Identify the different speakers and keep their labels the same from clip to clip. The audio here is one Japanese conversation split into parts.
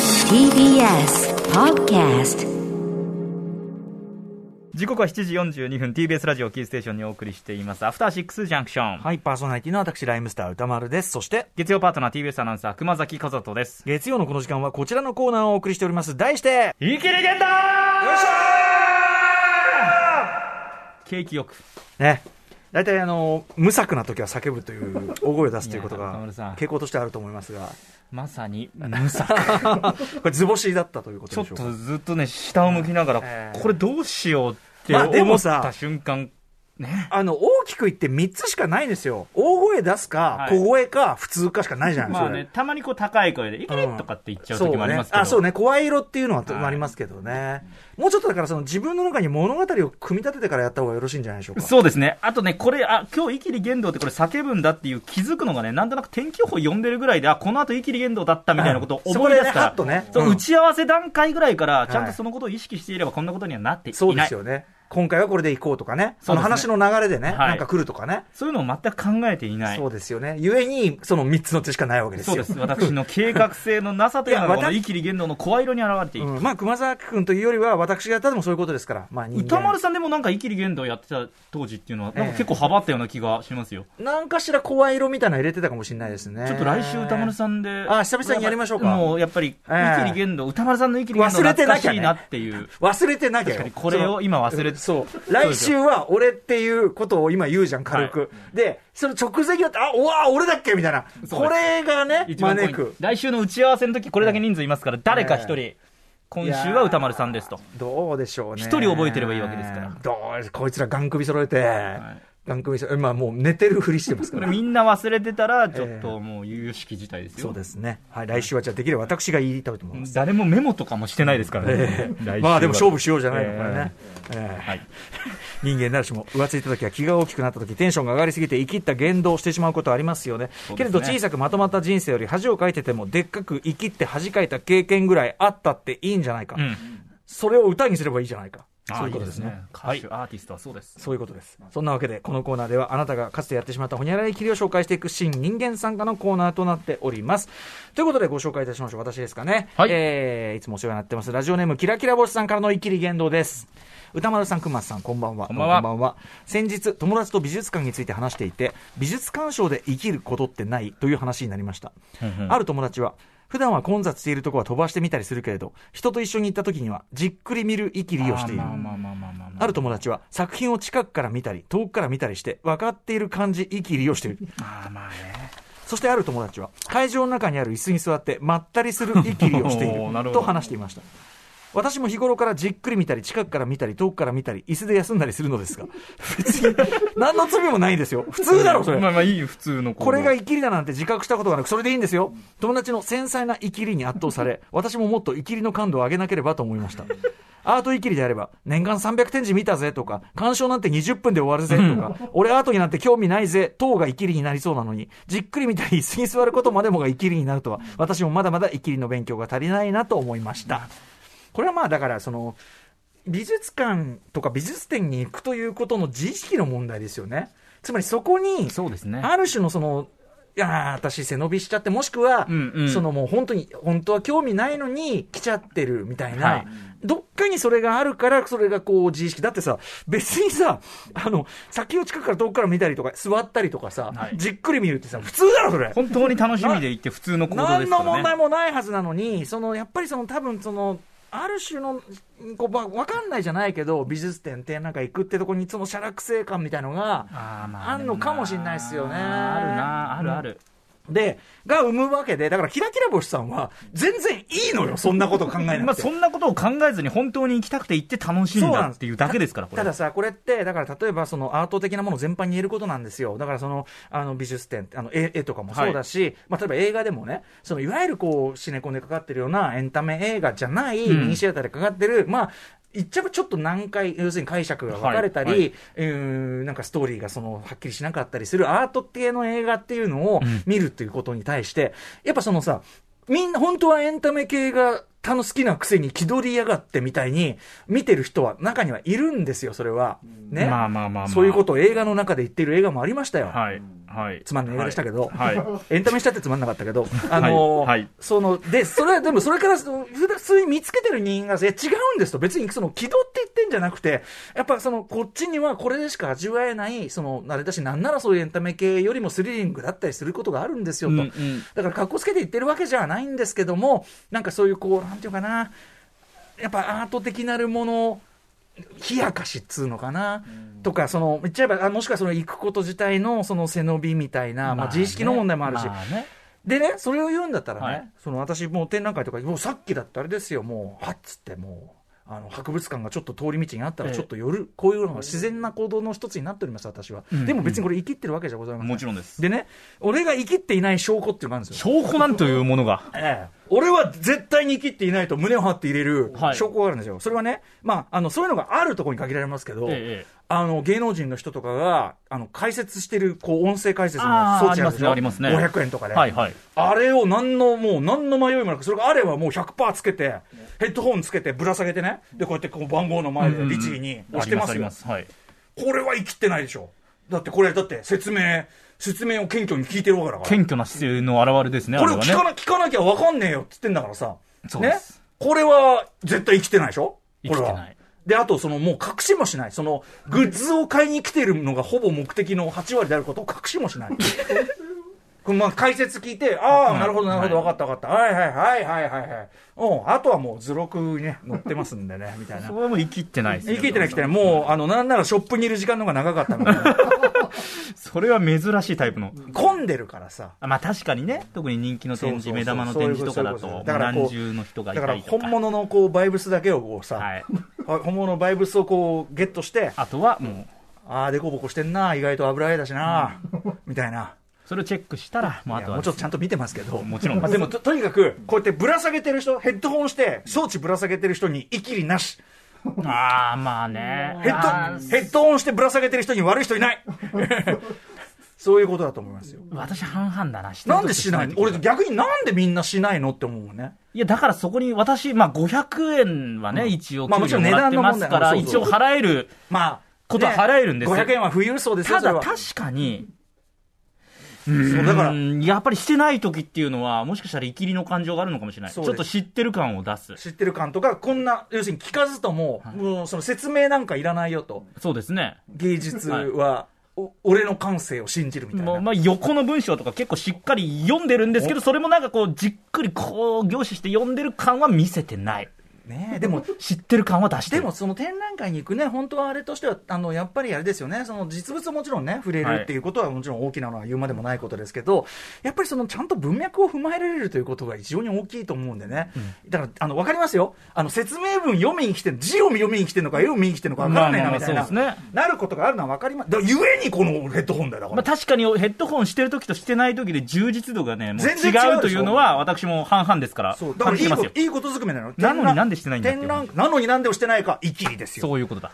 Speaker 1: TBS Podcast
Speaker 2: 時刻は7時42分 TBS ラジオキーステーションにお送りしていますアフターシックスジャンクション、
Speaker 3: はい、パーソナリティの私、ライムスター歌丸です。そして、
Speaker 2: 月曜パートナー TBS アナウンサー熊崎和人です
Speaker 3: 月曜のこの時間はこちらのコーナーをお送りしております。題して、
Speaker 2: 生きレジェンダ
Speaker 3: よいし
Speaker 2: ー景気よく
Speaker 3: ょね。大体、あの、無策な時は叫ぶという、大声を出すということ
Speaker 2: いや歌
Speaker 3: が
Speaker 2: 丸さん、
Speaker 3: 傾向としてあると思いますが、
Speaker 2: まさに無策
Speaker 3: これ、図星だったというこ
Speaker 2: ちょ
Speaker 3: と
Speaker 2: っ
Speaker 3: でしょうか。
Speaker 2: とずっとね下を向きながら、
Speaker 3: えー
Speaker 2: これどうしようって
Speaker 3: まあで
Speaker 2: 思
Speaker 3: も
Speaker 2: っ
Speaker 3: さ
Speaker 2: た瞬間、ね
Speaker 3: あの、大きく言って3つしかないんですよ。大声出すか、
Speaker 2: はい
Speaker 3: 小声か、普通かしかないじゃないです
Speaker 2: ま
Speaker 3: か。
Speaker 2: あねたまにこう高い声で「いけ!」とかって言っちゃう時もありますけ
Speaker 3: そ
Speaker 2: ど
Speaker 3: うね、あそうね声色っていうのは
Speaker 2: はい
Speaker 3: ありますけどね、もうちょっとだからその自分の中に物語を組み立ててからやった方がよろしいんじゃないでしょうか
Speaker 2: そうですね。あとね、これ、あ、今日、イキリ言動ってこれ叫ぶんだっていう気づくのがね、なんとなく天気予報読んでるぐらいで、あ、この後イキリ言動だったみたいなことを
Speaker 3: うん
Speaker 2: 思い出すから、
Speaker 3: そこでねハッとね
Speaker 2: そう
Speaker 3: うん
Speaker 2: 打ち合わせ段階ぐらいから、ちゃん
Speaker 3: は
Speaker 2: と
Speaker 3: い
Speaker 2: そのことを意識していれば、こんなことにはなっていない。
Speaker 3: そうですよね今回はこれでいこうとかね
Speaker 2: そ
Speaker 3: そうの
Speaker 2: ですね
Speaker 3: 話の流れでね、
Speaker 2: はい
Speaker 3: なんか来るとかね、
Speaker 2: そういうのを全く考えていない。
Speaker 3: そうですよねゆえにその3つの手しかないわけです
Speaker 2: そう
Speaker 3: よ
Speaker 2: です。私の計画性のなさというのが、
Speaker 3: いや
Speaker 2: この
Speaker 3: 私
Speaker 2: イキリ言動の声色に現れている。
Speaker 3: うんまあ熊沢君というよりは私がやったでもそういうことですから、まあ、人間
Speaker 2: 歌丸さんでもなんかイキリ言動やってた当時っていうのは、なんか結構はばったような気がしますよ。
Speaker 3: なんかしら声色みたいなの入れてたかもしれないですね
Speaker 2: ちょっと来週歌丸
Speaker 3: ん
Speaker 2: さんで。
Speaker 3: あ久々にやりましょうか
Speaker 2: もうやっぱり、イキ
Speaker 3: ええ
Speaker 2: リ言動、歌丸さんのイキリ言動
Speaker 3: 忘れて
Speaker 2: 懐か
Speaker 3: なきゃ
Speaker 2: し
Speaker 3: ね
Speaker 2: いなっていう。
Speaker 3: 忘れてなきゃよ
Speaker 2: 確かにこれを今忘れて
Speaker 3: そう。来週は俺っていうことを今言うじゃん、軽く。で、その直前になって、あ、うわ俺だっけみたいな。
Speaker 2: す
Speaker 3: これがね、
Speaker 2: 一番ポイ
Speaker 3: 招
Speaker 2: ント
Speaker 3: く。
Speaker 2: 来週の打ち合わせの時これだけ人数いますから、誰か一人、今週は歌丸さんですと
Speaker 3: どうでしょうね。
Speaker 2: 一人覚えてればいいわけですから
Speaker 3: どうこいつらガン首揃えて、
Speaker 2: い
Speaker 3: ガン首揃えまあもう寝てるふりしてますか
Speaker 2: これ
Speaker 3: ら。
Speaker 2: みんな忘れてたらちょっともう有識事態ですよ、
Speaker 3: そうですね。はい、来週はじゃあできれば私が言いたいと思います。
Speaker 2: 誰もメモとかもしてないですからね、来週は
Speaker 3: まあでも勝負しようじゃないの、これね。ええ
Speaker 2: はい、
Speaker 3: 人間なるしも浮ついた時は気が大きくなった時テンションが上がりすぎて生きった言動をしてしまうことありますよ
Speaker 2: そう
Speaker 3: ね
Speaker 2: ですね
Speaker 3: けれど小さくまとまった人生より恥をかいててもでっかく生きって恥かいた経験ぐらいあったっていいんじゃないか、
Speaker 2: うん
Speaker 3: それを歌にすればいいじゃないか
Speaker 2: あ
Speaker 3: そ
Speaker 2: あ
Speaker 3: ういう
Speaker 2: いい
Speaker 3: こと
Speaker 2: で
Speaker 3: ですすね
Speaker 2: ね歌手、アーティストはそうです
Speaker 3: そういうことですそんなわけでこのコーナーではあなたがかつてやってしまったほにゃらら切りを紹介していく新人間参加のコーナーとなっておりますということでご紹介いたしましょう私ですかね
Speaker 2: はい
Speaker 3: えーいつもお世話になってますラジオネームキラキラ星さんからのイキリ言動です歌丸さん、くまさん、こんばんは。
Speaker 2: こんばんは
Speaker 3: 先日、友達と美術館について話していて、美術鑑賞で生きることってないという話になりました。
Speaker 2: うんうん
Speaker 3: ある友達は、普段は混雑しているところは飛ばしてみたりするけれど、人と一緒に行った時には、じっくり見る生きりをしている。
Speaker 2: まあまあまあまあまあまあ
Speaker 3: ある友達は作品を近くから見たり、遠くから見たりして、分かっている感じ、生きりをしている。
Speaker 2: まあまあね
Speaker 3: そしてある友達は、会場の中にある椅子に座って、まったり する生きりをしてい
Speaker 2: おーなる
Speaker 3: る。
Speaker 2: ほど
Speaker 3: と話していました。私も日頃からじっくり見たり、近くから見たり、遠くから見たり、椅子で休んだりするのですが、別に、何の罪もないですよ。普通だろ、それ。
Speaker 2: まあまあいいよ普通の行動
Speaker 3: これが生きりだなんて自覚したことがなく、それでいいんですよ。友達の繊細な生きりに圧倒 され、私ももっと生きりの感度を上げなければと思いました。アート生きりであれば、年間300展示見たぜとか、鑑賞なんて20分で終わるぜとか、 俺アートになんて興味ないぜ、等が生きりになりそうなのに、じっくり見たり椅子に座ることまでもが生きりになるとは、私もまだまだ生きりの勉強が足りないなと思いました。これはまあだから、その、美術館とか美術展に行くということの自意識の問題ですよね。つまりそこに、
Speaker 2: そうですね
Speaker 3: ある種のその、いやー私背伸びしちゃって、もしくは、
Speaker 2: うんうん
Speaker 3: そのもう本当に、本当は興味ないのに来ちゃってるみたいな、
Speaker 2: はい
Speaker 3: どっかにそれがあるから、それがこう自意識。だってさ、別にさ、あの、先を近くから遠くから見たりとか、座ったりとかさ、
Speaker 2: はい
Speaker 3: じっくり見るってさ、普通だろ、それ。
Speaker 2: 本当に楽しみで行って普通の行動ですからね
Speaker 3: 何の問題もないはずなのに、そのやっぱりその多分その、ある種のこうわわかんないじゃないけど、美術展、展なんか行くってとこに、その写楽性感みたいのが、
Speaker 2: あーま
Speaker 3: あんのかもしんないっすよね
Speaker 2: あるなあるある、
Speaker 3: で、が生むわけで、だからキラキラ星さんは、全然いいのよ、そんなこと考えなくて。
Speaker 2: まあ、そんなことを考えずに本当に行きたくて行って楽しいんだっていうだけですからこれ
Speaker 3: たださ、これって、だから例えばそのアート的なもの全般に言えることなんですよ。だからその、あの美術展、あの絵絵とかもそうだし、まあ例えば映画でもね、そのいわゆるこう、シネコンでかかってるようなエンタメ映画じゃない、
Speaker 2: うん
Speaker 3: ミニシアターでかかってる、まあ、一着ちょっと難解、要するに解釈が分かれたり、
Speaker 2: はいう
Speaker 3: ーんなんかストーリーがそのはっきりしなかったりするアート系の映画っていうのを
Speaker 2: ん
Speaker 3: 見るっていうことに対して、やっぱそのさ、みんな本当はエンタメ系がタの好きなくせに気取りやがってみたいに、見てる人は中にはいるんですよ、それは。ね。
Speaker 2: まあまあまあまあ
Speaker 3: そういうことを映画の中で言ってる映画もありましたよ。
Speaker 2: はい。はい。
Speaker 3: つまんない映画でしたけど、
Speaker 2: はいは
Speaker 3: エンタメにしたってつまんなかっ たけど、あのー
Speaker 2: はいはい
Speaker 3: その、で、それは、でもそれから、その普段普通に見つけてる人間が、いや違うんですと、別にその、気取って言ってんじゃなくて、やっぱその、こっちにはこれでしか味わえない、その、あれだし、なんならそういうエンタメ系よりもスリリングだったりすることがあるんですよと。
Speaker 2: うんうん
Speaker 3: だから、格好つけて言ってるわけじゃないんですけども、なんかそういう、こう、なんていうかな、やっぱアート的なるもの、冷やかしっつうのかな、とか、その、言っちゃえば、あもしくはその行くこと自体のその背伸びみたいな、まあ、自意識の問題もあるし、
Speaker 2: まね
Speaker 3: でね、それを言うんだったらね、
Speaker 2: はい
Speaker 3: その私、もう展覧会とか、もうさっきだってあれですよ、もう、はっつって、もう、あの博物館がちょっと通り道にあったら、
Speaker 2: ええ
Speaker 3: ちょっと寄る、こういうのが自然な行動の一つになっております、私は。
Speaker 2: ん
Speaker 3: でも別にこれ、生きってるわけじゃございません。
Speaker 2: もちろんです
Speaker 3: でね、俺が生きっていない証拠っていうのがあるんですよ。
Speaker 2: 証拠なんというものが。
Speaker 3: ええ、俺は絶対に生きっていないと胸を張って入れる
Speaker 2: はい
Speaker 3: 証拠があるんですよ、それはね、まあ、あのそういうのがあるところに限られますけど、
Speaker 2: ええ
Speaker 3: あの芸能人の人とかがあの解説してるこう音声解説の
Speaker 2: あー
Speaker 3: 装置るでしょ
Speaker 2: ありますねありますね
Speaker 3: 500円とかで、
Speaker 2: はいはい
Speaker 3: あれを何のもう何の迷いもなく、それがあればもう100%つけて、ヘッドホンつけて、ぶら下げてね、でこうやってこう番号の前で、律儀に押してます
Speaker 2: あり
Speaker 3: よ
Speaker 2: ま。す。あります
Speaker 3: これは生きってないでしょ、だってこれ、だって説明、説明を謙虚に聞いてるわけだか
Speaker 2: はい。
Speaker 3: ら。
Speaker 2: 謙虚な姿勢の表れですね、あ
Speaker 3: こ
Speaker 2: れ
Speaker 3: れ
Speaker 2: は
Speaker 3: を
Speaker 2: ね。
Speaker 3: 聞かな聞かなきゃ分かんねえよって言ってんだからさ、
Speaker 2: そうです
Speaker 3: ね、これは絶対生きてないでしょ、これ
Speaker 2: 生きて
Speaker 3: は
Speaker 2: ない。
Speaker 3: で、あと、その、もう隠しもしない。その、グッズを買いに来ているのがほぼ目的の8割であることを隠しもしない。 これまあ、解説聞いて、ああ、なるほど、なるほど、
Speaker 2: は
Speaker 3: 分かった、分かった。はいはいはいはいはいはい。うん、あとはもう図録にね、載ってますんでね、みたい な
Speaker 2: そ。れはもう生きってないです
Speaker 3: 生
Speaker 2: よ
Speaker 3: きてない、生きてない。もう、あの、なんならショップにいる時間の方が長かったので、
Speaker 2: それは珍しいタイプの。
Speaker 3: 混んでるからさ。
Speaker 2: あまあ確かにね、特に人気の展示、
Speaker 3: そうそうそう
Speaker 2: 目玉の展示とかだ
Speaker 3: そういうこと
Speaker 2: と、
Speaker 3: だからこう
Speaker 2: 何重の人がい
Speaker 3: だ
Speaker 2: た
Speaker 3: から
Speaker 2: りと
Speaker 3: 本
Speaker 2: か。
Speaker 3: 物のこうバイブスだけをこうさ、
Speaker 2: はい
Speaker 3: あ本物のバイブスをこうゲットして、あ
Speaker 2: あとはもう、
Speaker 3: あ、でこぼこしてんな、意外と油絵だしな、みたいな。
Speaker 2: それをチェックしたら、もうあ
Speaker 3: いや
Speaker 2: とは。
Speaker 3: もうちょっとちゃんと見てますけど、
Speaker 2: もちろんです
Speaker 3: まあでもととにかく、こうやってぶら下げてる人、ヘッドホンして、装置ぶら下げてる人に、いきりなし、
Speaker 2: ああ、まあね。
Speaker 3: ヘ
Speaker 2: あ
Speaker 3: ッド
Speaker 2: ー
Speaker 3: ヘッドホンしてぶら下げてる人に悪い人いない そういうことだと思いますよ。
Speaker 2: 私半々だな、してる
Speaker 3: なん
Speaker 2: 時
Speaker 3: でしないの
Speaker 2: とき
Speaker 3: 俺、逆になんでみんなしないのって思うもんね。
Speaker 2: いや、だからそこに私、まあ500円はね、一応、
Speaker 3: まあもちろん値段の
Speaker 2: もらっ
Speaker 3: 問
Speaker 2: てます
Speaker 3: 題
Speaker 2: から、
Speaker 3: そう
Speaker 2: 一
Speaker 3: そう
Speaker 2: 応払える。
Speaker 3: まあ、
Speaker 2: ことは払えるんですよ
Speaker 3: ね500円は富裕層ですよ、
Speaker 2: た
Speaker 3: それ
Speaker 2: だ
Speaker 3: は
Speaker 2: 確かに、
Speaker 3: そうだから
Speaker 2: う、んやっぱりしてない時っていうのは、もしかしたらイキリの感情があるのかもしれない。ち
Speaker 3: そ
Speaker 2: ょ
Speaker 3: うです
Speaker 2: っと知ってる感を出す。
Speaker 3: 知ってる感とか、こんな、要するに聞かずとも、もうその説明なんかいらないよと、
Speaker 2: そうですね。
Speaker 3: 芸術は、お俺の感性を信じるみたい
Speaker 2: もう
Speaker 3: な。
Speaker 2: まあ、横の文章とか結構しっかり読んでるんですけど、それもなんかこう、じっくりこう、凝視して読んでる感は見せてない。
Speaker 3: ねえでも、
Speaker 2: 知ってる感は出して
Speaker 3: で
Speaker 2: る。
Speaker 3: もその展覧会に行くね、本当はあれとしては、あのやっぱりあれですよね、その実物をもちろんね、触れ
Speaker 2: はい
Speaker 3: るっていうことは、もちろん大きなのは言うまでもないことですけど、やっぱりそのちゃんと文脈を踏まえられるということが非常に大きいと思うんでね、だからあの分かりますよ、あの説明文読みに来てる、字を読みに来てるのか、絵を見に来てるのか分からないな
Speaker 2: まあまあ
Speaker 3: みたいな、
Speaker 2: そうですね
Speaker 3: なることがあるのは分かります、だゆえにこのヘッドホンだよ、だから
Speaker 2: まあ、確かにヘッドホンしてる時としてない時で充実度がね、もう
Speaker 3: 全然違うでし
Speaker 2: 違
Speaker 3: ょ
Speaker 2: うというのは、私も半々ですから、
Speaker 3: そうだか
Speaker 2: 感
Speaker 3: らいい
Speaker 2: じてま
Speaker 3: こ
Speaker 2: すよ
Speaker 3: と。いいことづくめなの
Speaker 2: なのになんでしてないんだっていう
Speaker 3: 展覧なのになんでをしてないかイキリですよ
Speaker 2: そういうことだ。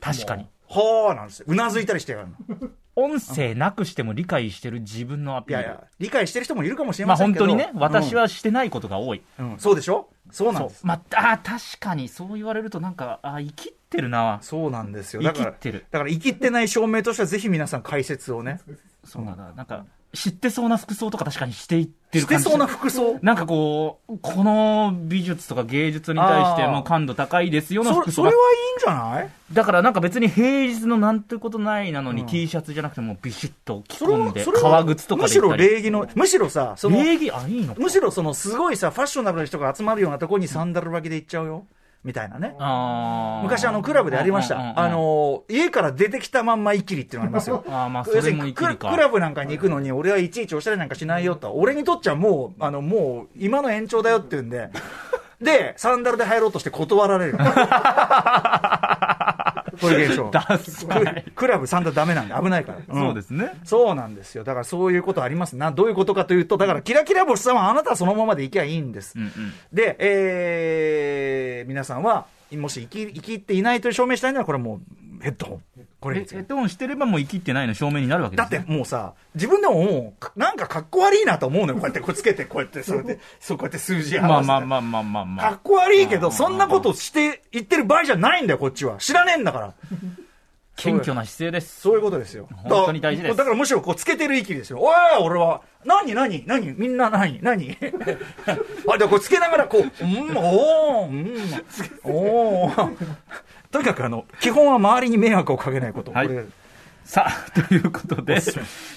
Speaker 2: 確かに。
Speaker 3: はあなんですようなずいたりしてやがるのい
Speaker 2: 音声なくしても理解してる自分のアピー
Speaker 3: や
Speaker 2: ル。
Speaker 3: いや理解してる人もいるかもしれ
Speaker 2: ま
Speaker 3: ま
Speaker 2: あ
Speaker 3: せん
Speaker 2: 本
Speaker 3: けど
Speaker 2: 当にね、私、はしてないことが多い。
Speaker 3: うんうんそうでしょそうなん
Speaker 2: そう
Speaker 3: です。
Speaker 2: まあ、あー確かに、そう言われるとなんか、あー生きってるな。
Speaker 3: そうなんですよ
Speaker 2: 生
Speaker 3: だ
Speaker 2: き
Speaker 3: から
Speaker 2: ってる
Speaker 3: だから生きってない証明としてはぜひ皆さん解説をね
Speaker 2: そうなんだ。なんか、知ってそうな服装とか確かにしていってる
Speaker 3: して
Speaker 2: 感じ。
Speaker 3: そうな服装
Speaker 2: なんかこう、この美術とか芸術に対して
Speaker 3: あー
Speaker 2: もう感度高いですよの
Speaker 3: そ
Speaker 2: 服
Speaker 3: そ
Speaker 2: 装
Speaker 3: れ
Speaker 2: が
Speaker 3: はい。いんじゃない
Speaker 2: だからなんか別に平日のなんてことないなのに
Speaker 3: うん
Speaker 2: T シャツじゃなくてもうビシッと着
Speaker 3: それ
Speaker 2: 込ん
Speaker 3: は
Speaker 2: で、
Speaker 3: それは
Speaker 2: 革靴とか
Speaker 3: む
Speaker 2: で
Speaker 3: し
Speaker 2: 行っ
Speaker 3: ろ
Speaker 2: たり。
Speaker 3: 礼儀のむしろさその
Speaker 2: 礼儀、あ、いいのか
Speaker 3: むしろそのすごいさファッショナブルな人が集まるようなとこにサンダル履きで行っちゃうよみたいなね
Speaker 2: あー
Speaker 3: 昔あのクラブでありまし
Speaker 2: うんうんうん
Speaker 3: た。あの、家から出てきたまんまイキリっていうのありますよ。
Speaker 2: あーまあそ
Speaker 3: 要す
Speaker 2: れ
Speaker 3: る
Speaker 2: も
Speaker 3: に
Speaker 2: 生きる
Speaker 3: クラ
Speaker 2: か
Speaker 3: クラブなんかに行くのに、俺はいちいちおしゃれなんかしないよと、俺にとっちゃもう、あのもう今の延長だよって言う んで、で、サンダルで入ろうとして断られる、こういう現象、
Speaker 2: ダサい
Speaker 3: ククラブ、サンダルダメなんで、危ないから、ん
Speaker 2: そうですね。
Speaker 3: そうなんですよ、だからそういうことありますな、どういうことかというと、だからキラキラ星さんはあなたはそのままでいきゃいいんです、
Speaker 2: うんうん。
Speaker 3: で、えー皆さんは、もし生き生きっていないと証明したいなら、これはもう、ヘッドホン。これ
Speaker 2: え
Speaker 3: につけ
Speaker 2: ヘ
Speaker 3: て
Speaker 2: ッドホンしてればもう生きってないの証明になるわけで
Speaker 3: だ
Speaker 2: す、
Speaker 3: っ
Speaker 2: ね、
Speaker 3: てもうさ、自分でももうか、なんかかっこ悪いなと思うのよ。こうやってこうつけて、こうやって、それで、そうこうやって数字合
Speaker 2: ま
Speaker 3: わ
Speaker 2: あ
Speaker 3: せて。
Speaker 2: まあまあまあまあまあ
Speaker 3: かっこ悪いけど、そんなことして、言ってる場合じゃないんだよ、こっちは。知らねえんだから。
Speaker 2: 謙虚な姿勢です
Speaker 3: そういうことですよ。
Speaker 2: 本当に大事です
Speaker 3: だからむしろこうつけてる息ですよ。おい、俺は、何、何、何、みんな何、何。 あ、で、こうつけながらこう、うん、おー、うん、おー。とにかくあの、基本は周りに迷惑をかけないこと。
Speaker 2: はい
Speaker 3: これ
Speaker 2: さあ、 ということで、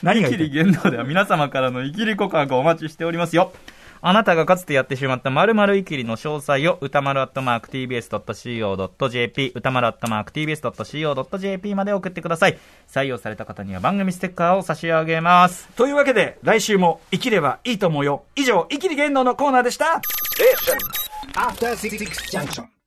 Speaker 3: 何が
Speaker 2: イ
Speaker 3: 言い
Speaker 2: キ
Speaker 3: たい
Speaker 2: リ言動では皆様からのイキリ告白をお待ちしておりますよ。あなたがかつてやってしまった〇〇イキリの詳細を歌丸アットマーク tbs.co.jp 歌丸アットマーク tbs.co.jp まで送ってください。採用された方には番組ステッカーを差し上げます。
Speaker 3: というわけで、来週も生きればいいと思うよ。以上、生きり言動のコーナーでした。
Speaker 4: After Six Junction.